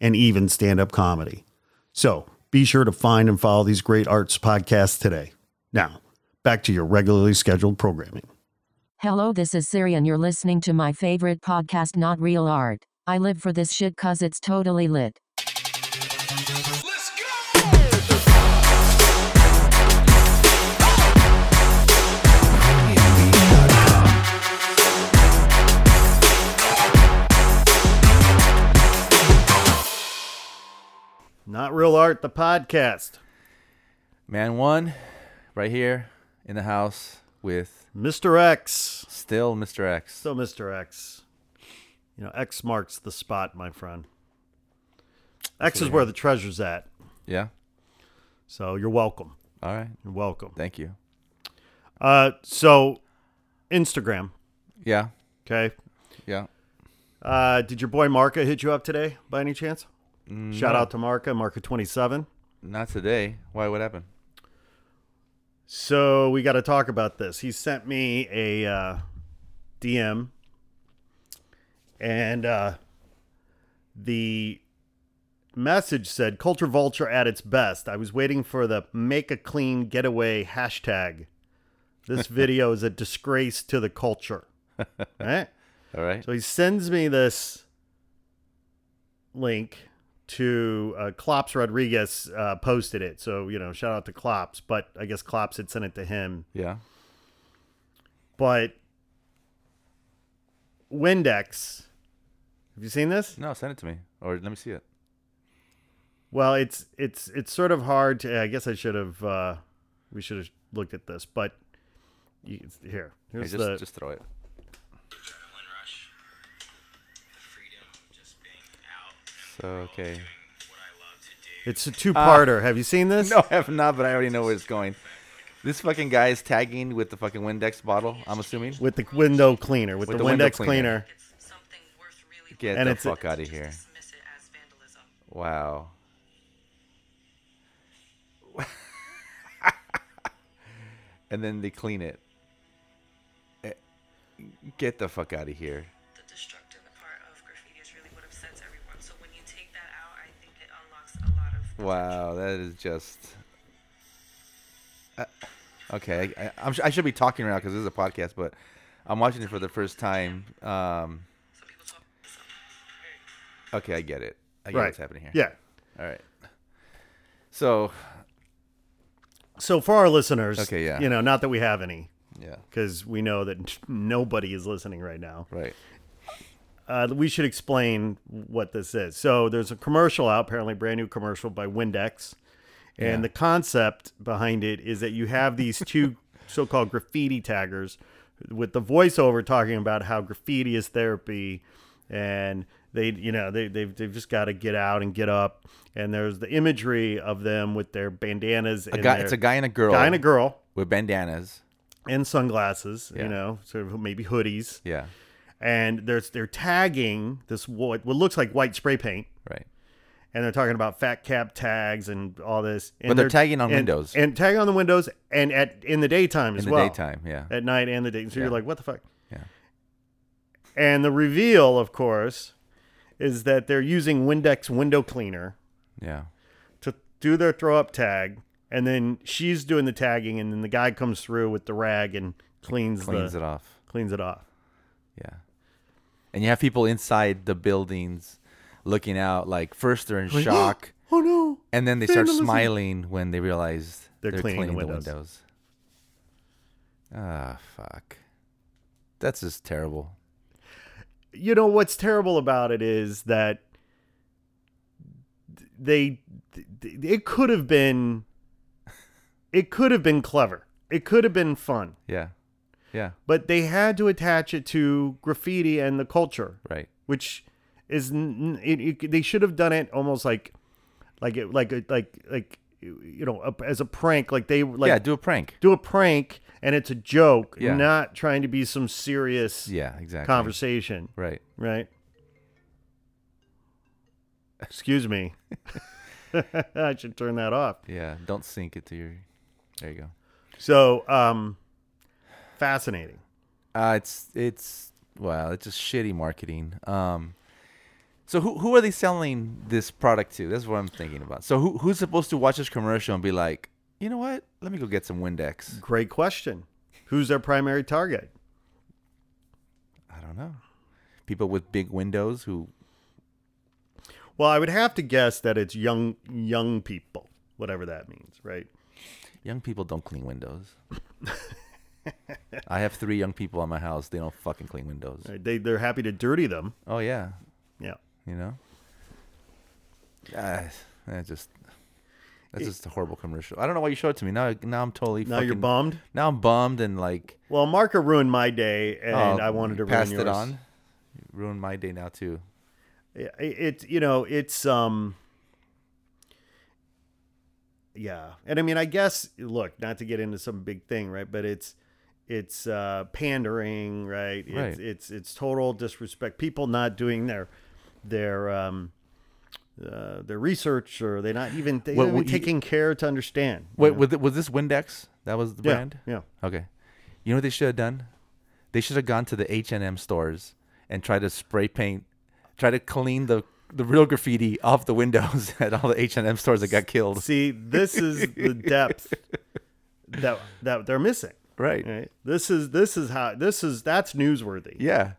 and even stand up comedy. So be sure to find and follow these great arts podcasts today. Now, back to your regularly scheduled programming. Hello, this is Siri, and you're listening to my favorite podcast, Not Real Art. I live for this shit cause it's totally lit. Let's go! Not Real Art, the podcast. Man one, right here in the house with Mr. X. still Mr. X. So, Mr. X, you know, X marks the spot, my friend. X is where the treasure's at. Yeah. So, you're welcome. All right. You're welcome. Thank you. Uh, so, Instagram, Yeah. okay? Yeah. Uh, did your boy Marca hit you up today by any chance? Shout out to Marca, Marca27. Not today. Why? What happened? So we got to talk about this. He sent me a uh, DM, and uh, the message said "Culture Vulture at its best." I was waiting for the "Make a Clean Getaway" hashtag. This video is a disgrace to the culture. right? All right. So he sends me this link to uh, Klops Rodriguez uh, posted it. So, you know, shout out to Klops, but I guess Klops had sent it to him. yeah. But Windex, have you seen this? No, send it to me or let me see it. Well, it's it's it's sort of hard to I guess I should have uh, we should have looked at this, but you, it's- here. Hey, Here's just, the just throw it. adrenaline rush, the freedom of just being out and So okay. what I love to do. it's a two-parter. have you seen this? No, I have not, but I already know where it's going. This fucking guy is tagging with the fucking Windex bottle. I'm assuming. With the window cleaner, with, With the, the window Windex cleaner. cleaner. it's something worth really Get And the it's a- fuck out of here. dismiss it as vandalism. Wow. and then they clean it. Eh, Get the fuck out of here. The destructive part of graffiti is really what upsets everyone. So when you take that out, I think it unlocks a lot of Wow, that is just. Uh, okay, I, I, I'm, sh- I should be talking right now because this is a podcast, but I'm watching it for the first time. Um, Some people talk okay, I get it. I get Right. what's happening here. Yeah. All right. So, So for our listeners, Okay, yeah. you know, not that we have any, yeah, because we know that nobody is listening right now. right. Uh, we should explain what this is. So there's a commercial out, apparently brand new commercial by Windex, and Yeah. the concept behind it is that you have these two so-called graffiti taggers with the voiceover talking about how graffiti is therapy, and they, you know, they they've, they've just got to get out and get up. And there's the imagery of them with their bandanas. A guy, it's a guy and a girl. guy and a girl. With bandanas. and sunglasses, you Yeah. know, sort of maybe hoodies. Yeah, And there's they're tagging this what what looks like white spray paint, right. and they're talking about fat cap tags and all this. And But they're tagging on and- windows. and tagging on the windows, and at in the daytime as In the well, Eh. daytime, yeah. at night and the day. So you're Yeah. like, what the fuck? Yeah. And the reveal, of course, is that they're using Windex window cleaner Yeah. to do their throw up tag, and then she's doing the tagging, and then the guy comes through with the rag and cleans, Cleans the, it off. cleans it off. Yeah. And you have people inside the buildings looking out, like first they're in shock Oh no! and then they start Vandalism. smiling when they realize They're cleaning the windows. Ah, fuck. That's just terrible. you know what's terrible about it is that they it could have been it could have been clever it could have been fun Yeah. Yeah. but they had to attach it to graffiti and the culture Right. which is n- n- it, it, they should have done it almost like like it, like like like you know, a, as a prank. Like they like yeah, do a prank. do a prank and it's a joke, Yeah. not trying to be some serious Yeah, exactly. conversation, Right. right? Excuse me. I should turn that off. Yeah. Don't sink it to your. There you go. So, um fascinating. Uh, it's it's wow, it's just shitty marketing. Um, so who who are they selling this product to? That's what I'm thinking about. So who who's supposed to watch this commercial and be like, you know what? Let me go get some Windex. Great question. Who's their primary target? I don't know. People with big windows who Well, I would have to guess that it's young young people, whatever that means, right? young people don't clean windows. I have three young people in my house. They don't fucking clean windows. They they're happy to dirty them. Oh yeah, Yeah. you know. Ah, that just that's just a horrible commercial. I don't know why you showed it to me. Now now I'm totally Now you're fucking- bummed. Now I'm bummed and like Well, Marco ruined my day, and oh, I wanted you to passed ruin it yours. on. You ruined my day now too. It- It's you know it's um. Yeah, and I mean, I guess look, not to get into some big thing, right? But it's it's uh, pandering, right? It's, Right. it's it's total disrespect. People not doing their their um. Uh, their research, or they're not even they not What- even what you- taking care to understand. you Wait, know? was, it, was this Windex? That was the yeah, brand. yeah. Okay. You know what they should have done? They should have gone to the H and M stores and tried to spray paint, try to clean the the real graffiti off the windows at all the H and M stores that got killed. See, this is the depth that that they're missing. Right. Right? This is this is how this is that's newsworthy, Yeah.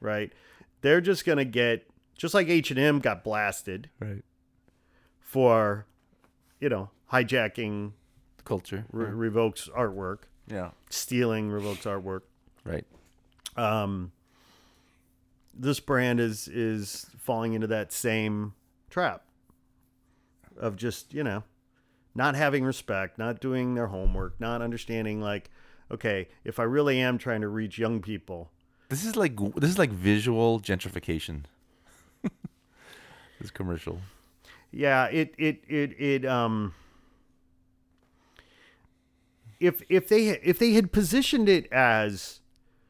right? They're just gonna get just like H and M got blasted Right. for, you know, hijacking Culture. Re- Revoke's artwork, Yeah. stealing Revoke's artwork. Right. Um, this brand is is falling into that same trap of just you know not having respect, not doing their homework, not understanding like, okay, if I really am trying to reach young people, This is like this is like visual gentrification. this commercial. Yeah, it it it it um if if they if they had positioned it as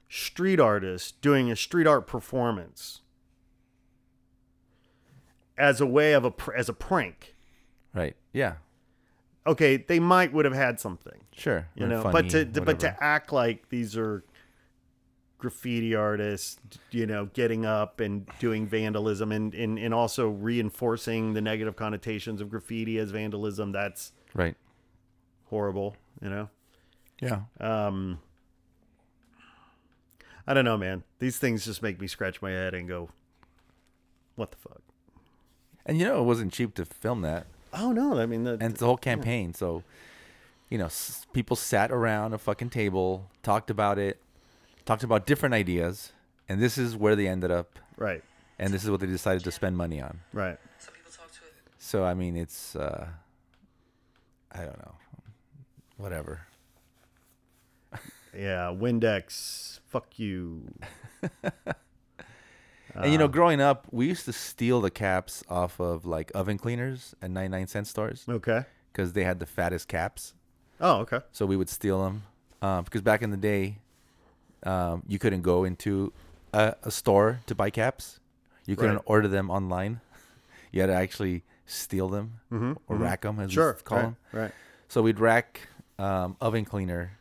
street artists doing a street art performance as a way of a pr- as a prank. Right. Yeah. Okay, they might would have had something, Sure. you Or know, funny, but to, to but whatever. to act like these are graffiti artists, you know, getting up and doing vandalism and and, and also reinforcing the negative connotations of graffiti as vandalism, that's right. horrible, you know. Yeah. Um I don't know, man. These things just make me scratch my head and go, "What the fuck?" And you know it wasn't cheap to film that, Oh no, I mean, the, and it's the whole campaign. So, you know, s- people sat around a fucking table, talked about it, talked about different ideas, and this is where they ended up, right, and this is what they decided to spend money on. right. Some people talk to it. So I mean, it's uh, I don't know, whatever. Yeah, Windex, fuck you. and Uh. you know, growing up, we used to steal the caps off of like oven cleaners and 99 cent stores Okay. because they had the fattest caps. Oh, okay. so we would steal them um, because back in the day um, you couldn't go into a, a store to buy caps you couldn't Right. order them online you had to actually steal them or rack 'em rack them as Mm-hmm, Sure. we call right, them right. so we'd rack um, oven cleaner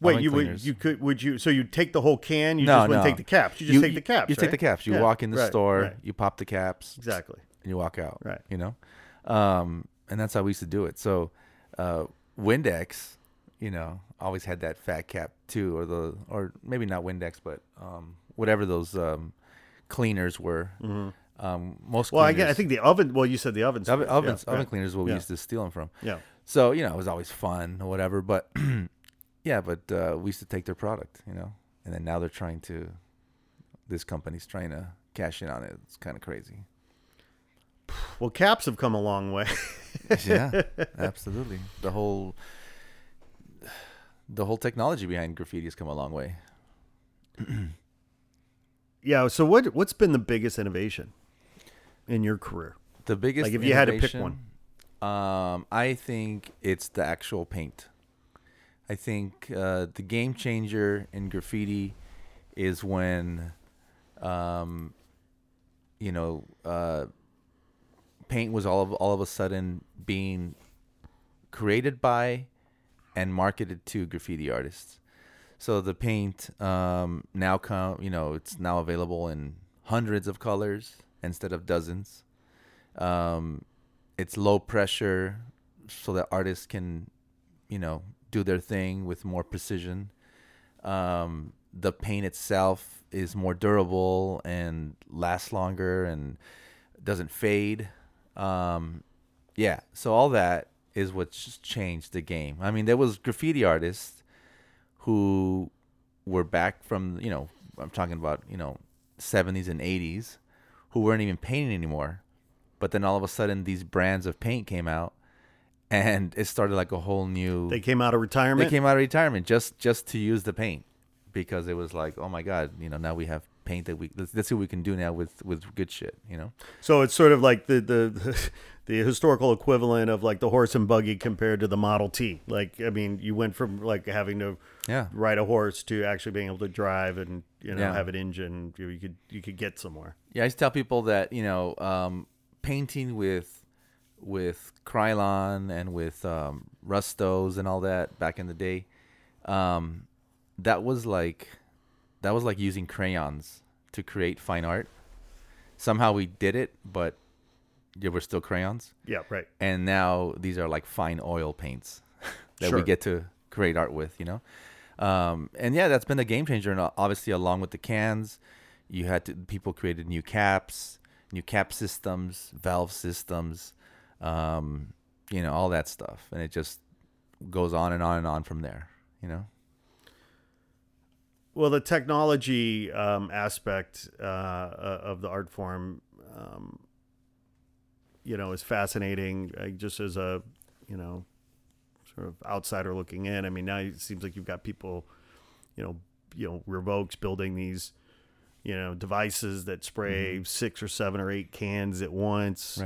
Wait, oven you would cleaners. you could would you so you take the whole can? You just wouldn't take the caps. You just take the caps. You right? take the caps. You Yeah, walk in the right, store. right. You pop the caps. Exactly. and you walk out. Right. You know, um, and that's how we used to do it. So, uh, Windex, you know, always had that fat cap too, or the, or maybe not Windex, but um, whatever those um, cleaners were. Um, most Mm-hmm. Well, I, cleaners, guess, I think the oven. Well, you said the oven. oven, ovens, yeah, oven right. cleaners, is what we Yeah. used to steal them from. Yeah. So you know, it was always fun or whatever. But yeah, but uh, we used to take their product, you know, and then now they're trying to. This company's trying to cash in on it. It's kind of crazy. Well, caps have come a long way. yeah, absolutely. The whole the whole technology behind graffiti has come a long way. yeah. So what what's been the biggest innovation in your career? The biggest Like, if you had to pick innovation, um, I think it's the actual paint. I think uh, the game changer in graffiti is when, um, you know, uh, paint was all of all of a sudden being created by and marketed to graffiti artists. So the paint um, now come, you know, it's now available in hundreds of colors instead of dozens. Um, it's low pressure, so that artists can, you know, do their thing with more precision. Um, the paint itself is more durable and lasts longer and doesn't fade. Um, yeah, so all that is what's changed the game. I mean, there was graffiti artists who were back from you know I'm talking about you know 70s and 80s who weren't even painting anymore but then all of a sudden these brands of paint came out and it started like a whole new They came out of retirement. they came out of retirement just just to use the paint because it was like oh my god you know now we have paint that we let's, let's see what we can do now with with good shit you know so it's sort of like the the the historical equivalent of like the horse and buggy compared to the Model T. Like I mean, you went from like having to Yeah. ride a horse to actually being able to drive and you know Yeah. have an engine. You, you could you could get somewhere. Yeah, I used to tell people that you know, um, painting with with Krylon and with um, Rustos and all that back in the day, um, that was like that was like using crayons to create fine art. Somehow we did it, but there were still crayons, Yeah, right. and now these are like fine oil paints that Sure. we get to create art with. You know, um, and yeah, that's been a game changer. And o- obviously, along with the cans, you had to, people created new caps, new cap systems, valve systems, um, you know, all that stuff, and it just goes on and on and on from there. You know, Well, the technology um, aspect uh, uh, of the art form, um, you know, is fascinating. Uh, just as a, you know, sort of outsider looking in. I mean, now it seems like you've got people, you know, you know, revokes building these, you know, devices that spray six or seven or eight cans at once.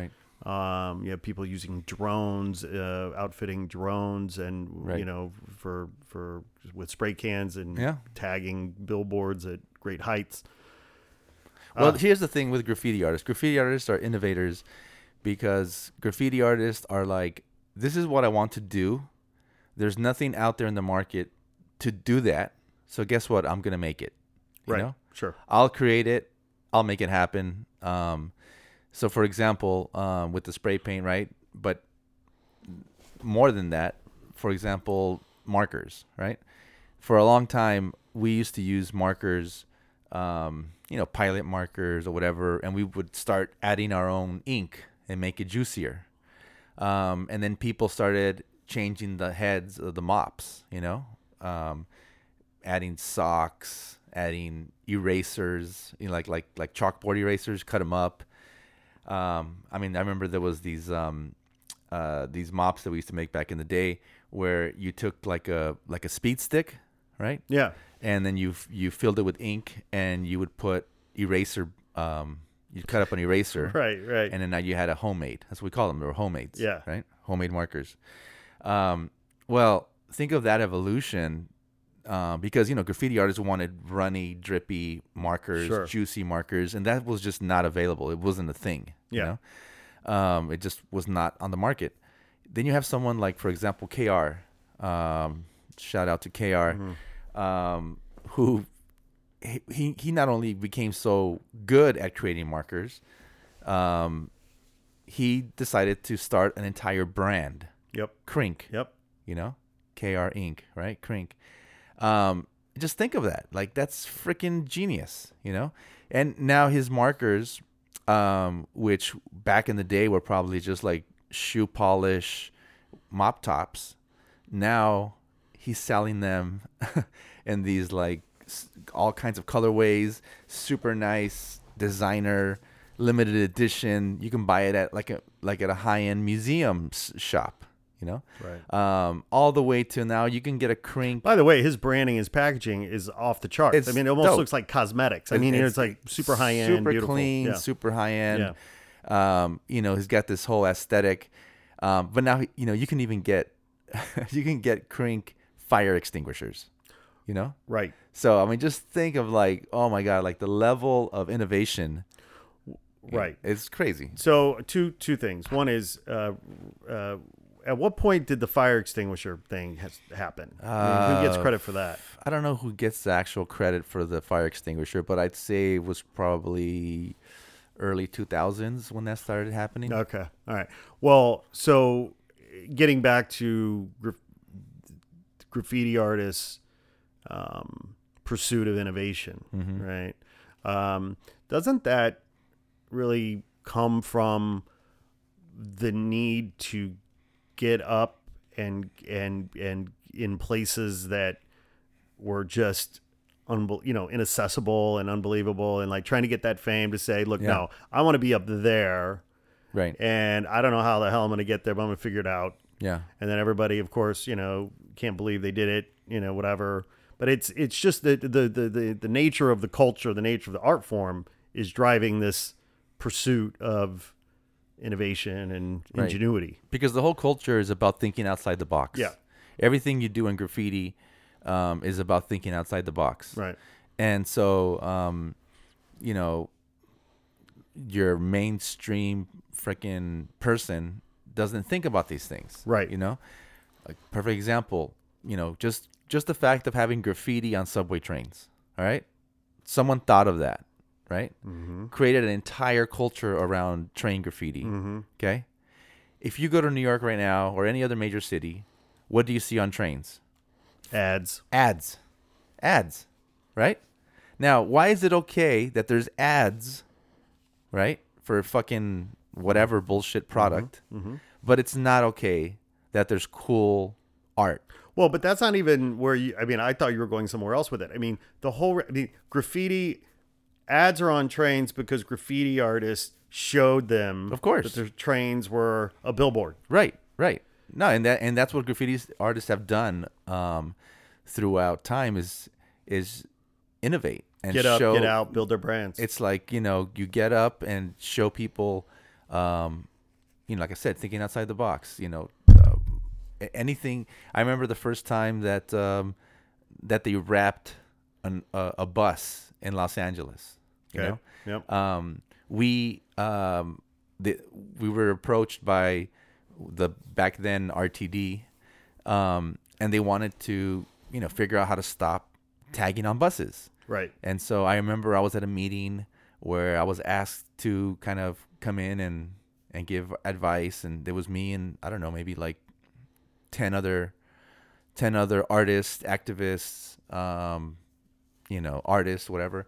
Um, you have people using drones, uh, outfitting drones, and you Right. know for for with spray cans and Yeah. tagging billboards at great heights. Well, here's the thing with graffiti artists. Graffiti artists are innovators because graffiti artists are like, this is what I want to do. There's nothing out there in the market to do that. So guess what? I'm gonna make it. You Right. know? Sure. I'll create it. I'll make it happen. Um, so, for example, um, with the spray paint, right? But more than that, for example, markers, right? For a long time, we used to use markers, um, you know, pilot markers or whatever, and we would start adding our own ink and make it juicier. Um, and then people started changing the heads of the mops, you know, um, adding socks, adding erasers, you know, like like like chalkboard erasers, cut them up. Um, I mean, I remember there was these um, uh, these mops that we used to make back in the day where you took like a like a speed stick, right? Yeah. And then you f- you filled it with ink, and you would put eraser. Um, you cut up an eraser, Right. Right. and then now you had a homemade. That's what we call them. They were homemades. Yeah. Right? Homemade markers. Um, well, think of that evolution uh, because, you know, graffiti artists wanted runny, drippy markers, Sure. juicy markers, and that was just not available. It wasn't a thing. Yeah. You know? um, it just was not on the market. Then you have someone like, for example, KR. Um, shout out to KR, Mm-hmm. um, who he- he, he not only became so good at creating markers, um, he decided to start an entire brand, yep. Crink. Yep. You know, KR Inc. Right, Crink. Um, just think of that. Like that's freaking genius. You know, and now his markers, um, which back in the day were probably just like shoe polish, mop tops. Now he's selling them in these like s- all kinds of colorways, super nice designer, limited edition. You can buy it at like a like at a high end museum s- shop, you know. Right. Um, all the way to now you can get a crink. By the way, his branding, his packaging is off the charts. It's I mean, it almost dope. looks like cosmetics. I mean, it's, like super high end, super beautiful. clean, Yeah. super high end. Um, you know, he's got this whole aesthetic. Um, but now, you know, you can even get you can get Crink fire extinguishers. You know, Right. so I mean, just think of like, oh my god, like the level of innovation. Right. It's crazy. So two two things. One is, uh, uh, at what point did the fire extinguisher thing has happen? I mean, who Uh, gets credit for that? I don't know who gets the actual credit for the fire extinguisher, but I'd say it was probably early 2000s when that started happening. Okay. All right. Well, so getting back to gra- graffiti artists' um, pursuit of innovation, Mm-hmm. right? Um, doesn't that really come from the need to get up and and and in places that were just unbe- you know inaccessible and unbelievable and like trying to get that fame to say look Yeah. no i want to be up there Right. and I don't know how the hell I'm going to get there, but I'm going to figure it out. Yeah. And then everybody, of course, you know, can't believe they did it, you know, whatever. But it's it's just the the the the, the nature of the culture, the nature of the art form is driving this pursuit of innovation and Right. ingenuity. Because the whole culture is about thinking outside the box. Yeah. Everything you do in graffiti um, is about thinking outside the box. Right. And so, um, you know, your mainstream freaking person doesn't think about these things. Right. You know, like perfect example, you know, just just the fact of having graffiti on subway trains. All right. Someone thought of that, right? Created an entire culture around train graffiti. Okay. If you go to New York right now or any other major city, what do you see on trains? Ads. ads ads right now why is it okay that there's ads right for fucking whatever Mm-hmm. bullshit product but it's not okay that there's cool art Well, but that's not even where you. I mean, I thought you were going somewhere else with it. I mean, the whole. I mean, graffiti ads are on trains because graffiti artists showed them, Of course. that their trains were a billboard. right right no and that and that's what graffiti artists have done um throughout time is is innovate and get up, show get out, build their brands. it's like you know you get up and show people um you know like i said thinking outside the box you know uh, a- anything i remember the first time that um that they wrapped an, a a bus in los angeles you Okay. know Yep. um, we um, the, we were approached by the back then RTD, um, and they wanted to you know figure out how to stop tagging on buses. right. And so I remember I was at a meeting where I was asked to kind of come in and and give advice, and there was me and I don't know maybe like ten other ten other artists, activists, um, you know, artists, whatever,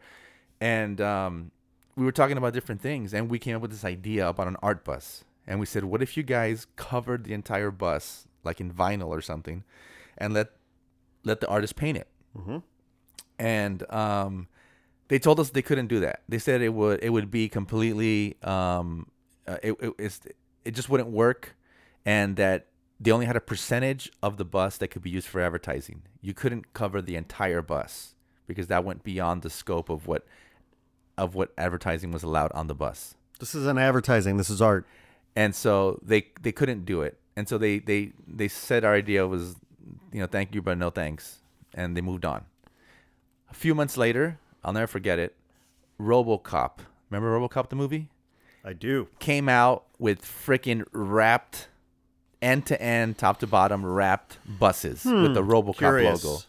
and um, we were talking about different things, and we came up with this idea about an art bus, and we said, what if you guys covered the entire bus like in vinyl or something, and let let the artist paint it and um, they told us they couldn't do that. They said it would it would be completely um, uh, it it, it's, it just wouldn't work, and that they only had a percentage of the bus that could be used for advertising. You couldn't cover the entire bus because that went beyond the scope of what of what advertising was allowed on the bus This isn't advertising. This is art. and so they they couldn't do it and so they they they said our idea was you know thank you but no thanks and they moved on a few months later i'll never forget it robocop remember robocop the movie I do. came out with freaking wrapped end to end top to bottom wrapped buses with the robocop Hmm, curious. Hmm. logo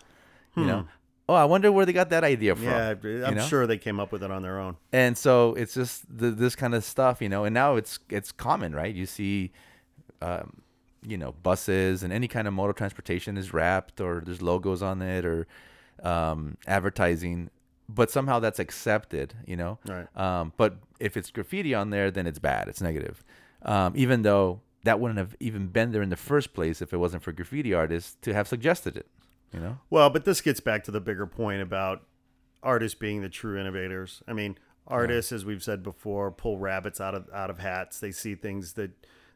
you know oh i wonder where they got that idea from Yeah, you I'm know? sure they came up with it on their own. and so it's just the, this kind of stuff you know and now it's it's common right you see um, you know buses and any kind of modal transportation is wrapped or there's logos on it or um, advertising but somehow that's accepted you know Right. um, but if it's graffiti on there then it's bad it's negative um, even though that wouldn't have even been there in the first place if it wasn't for graffiti artists to have suggested it you know Well, but this gets back to the bigger point about artists being the true innovators. I mean, artists, as we've said before, pull rabbits out of out of hats. They see things that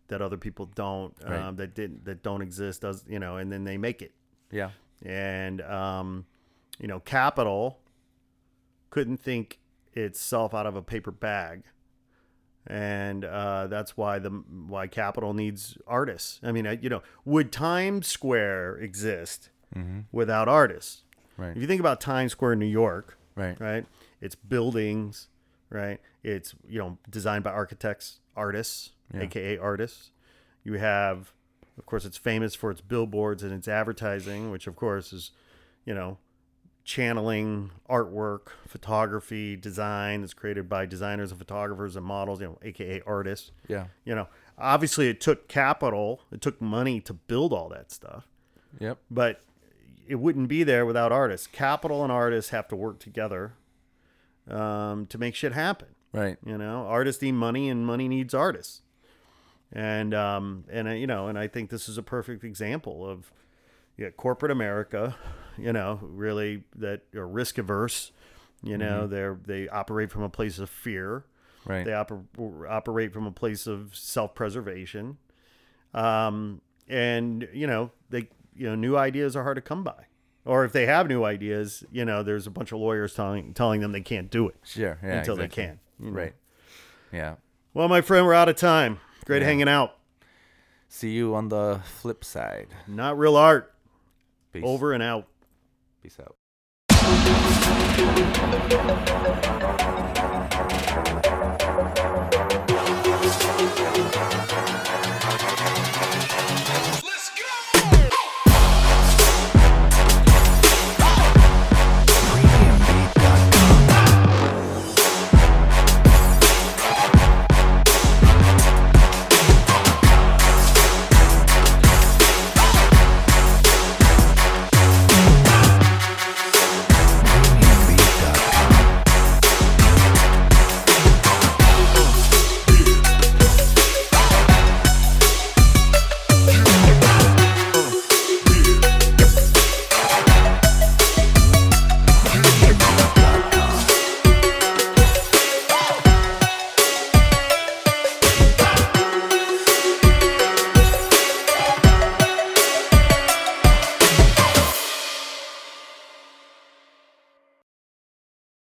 that other people don't, Right. um, that didn't, that don't exist. Does you know? And then they make it. yeah and um, you know capital couldn't think itself out of a paper bag and uh, that's why the why capital needs artists. I mean, I, you know, would Times Square exist without artists? Right. If you think about Times Square in New York, Right. right, it's buildings, right? It's you know designed by architects, artists, aka artists. You have, of course, it's famous for its billboards and its advertising, which of course is, you know, channeling artwork, photography, design that's created by designers and photographers and models, you know, aka artists. Yeah. You know, obviously it took capital, it took money to build all that stuff, Yep. but it wouldn't be there without artists. Capital and artists have to work together um, to make shit happen. Right. You know, artists need money, and money needs artists. And um, and I, you know, and I think this is a perfect example of yeah, corporate America. You know, really that are risk averse. You know, they're they operate from a place of fear. Right. They oper- operate from a place of self preservation. Um, and you know, they you know, new ideas are hard to come by. Or if they have new ideas, you know, there's a bunch of lawyers telling telling them they can't do it Sure. Yeah. until they exactly. can. you know. Right. Yeah. Well, my friend, we're out of time. Great hanging out. See you on the flip side. Not real art. Peace. Over and out. Peace out.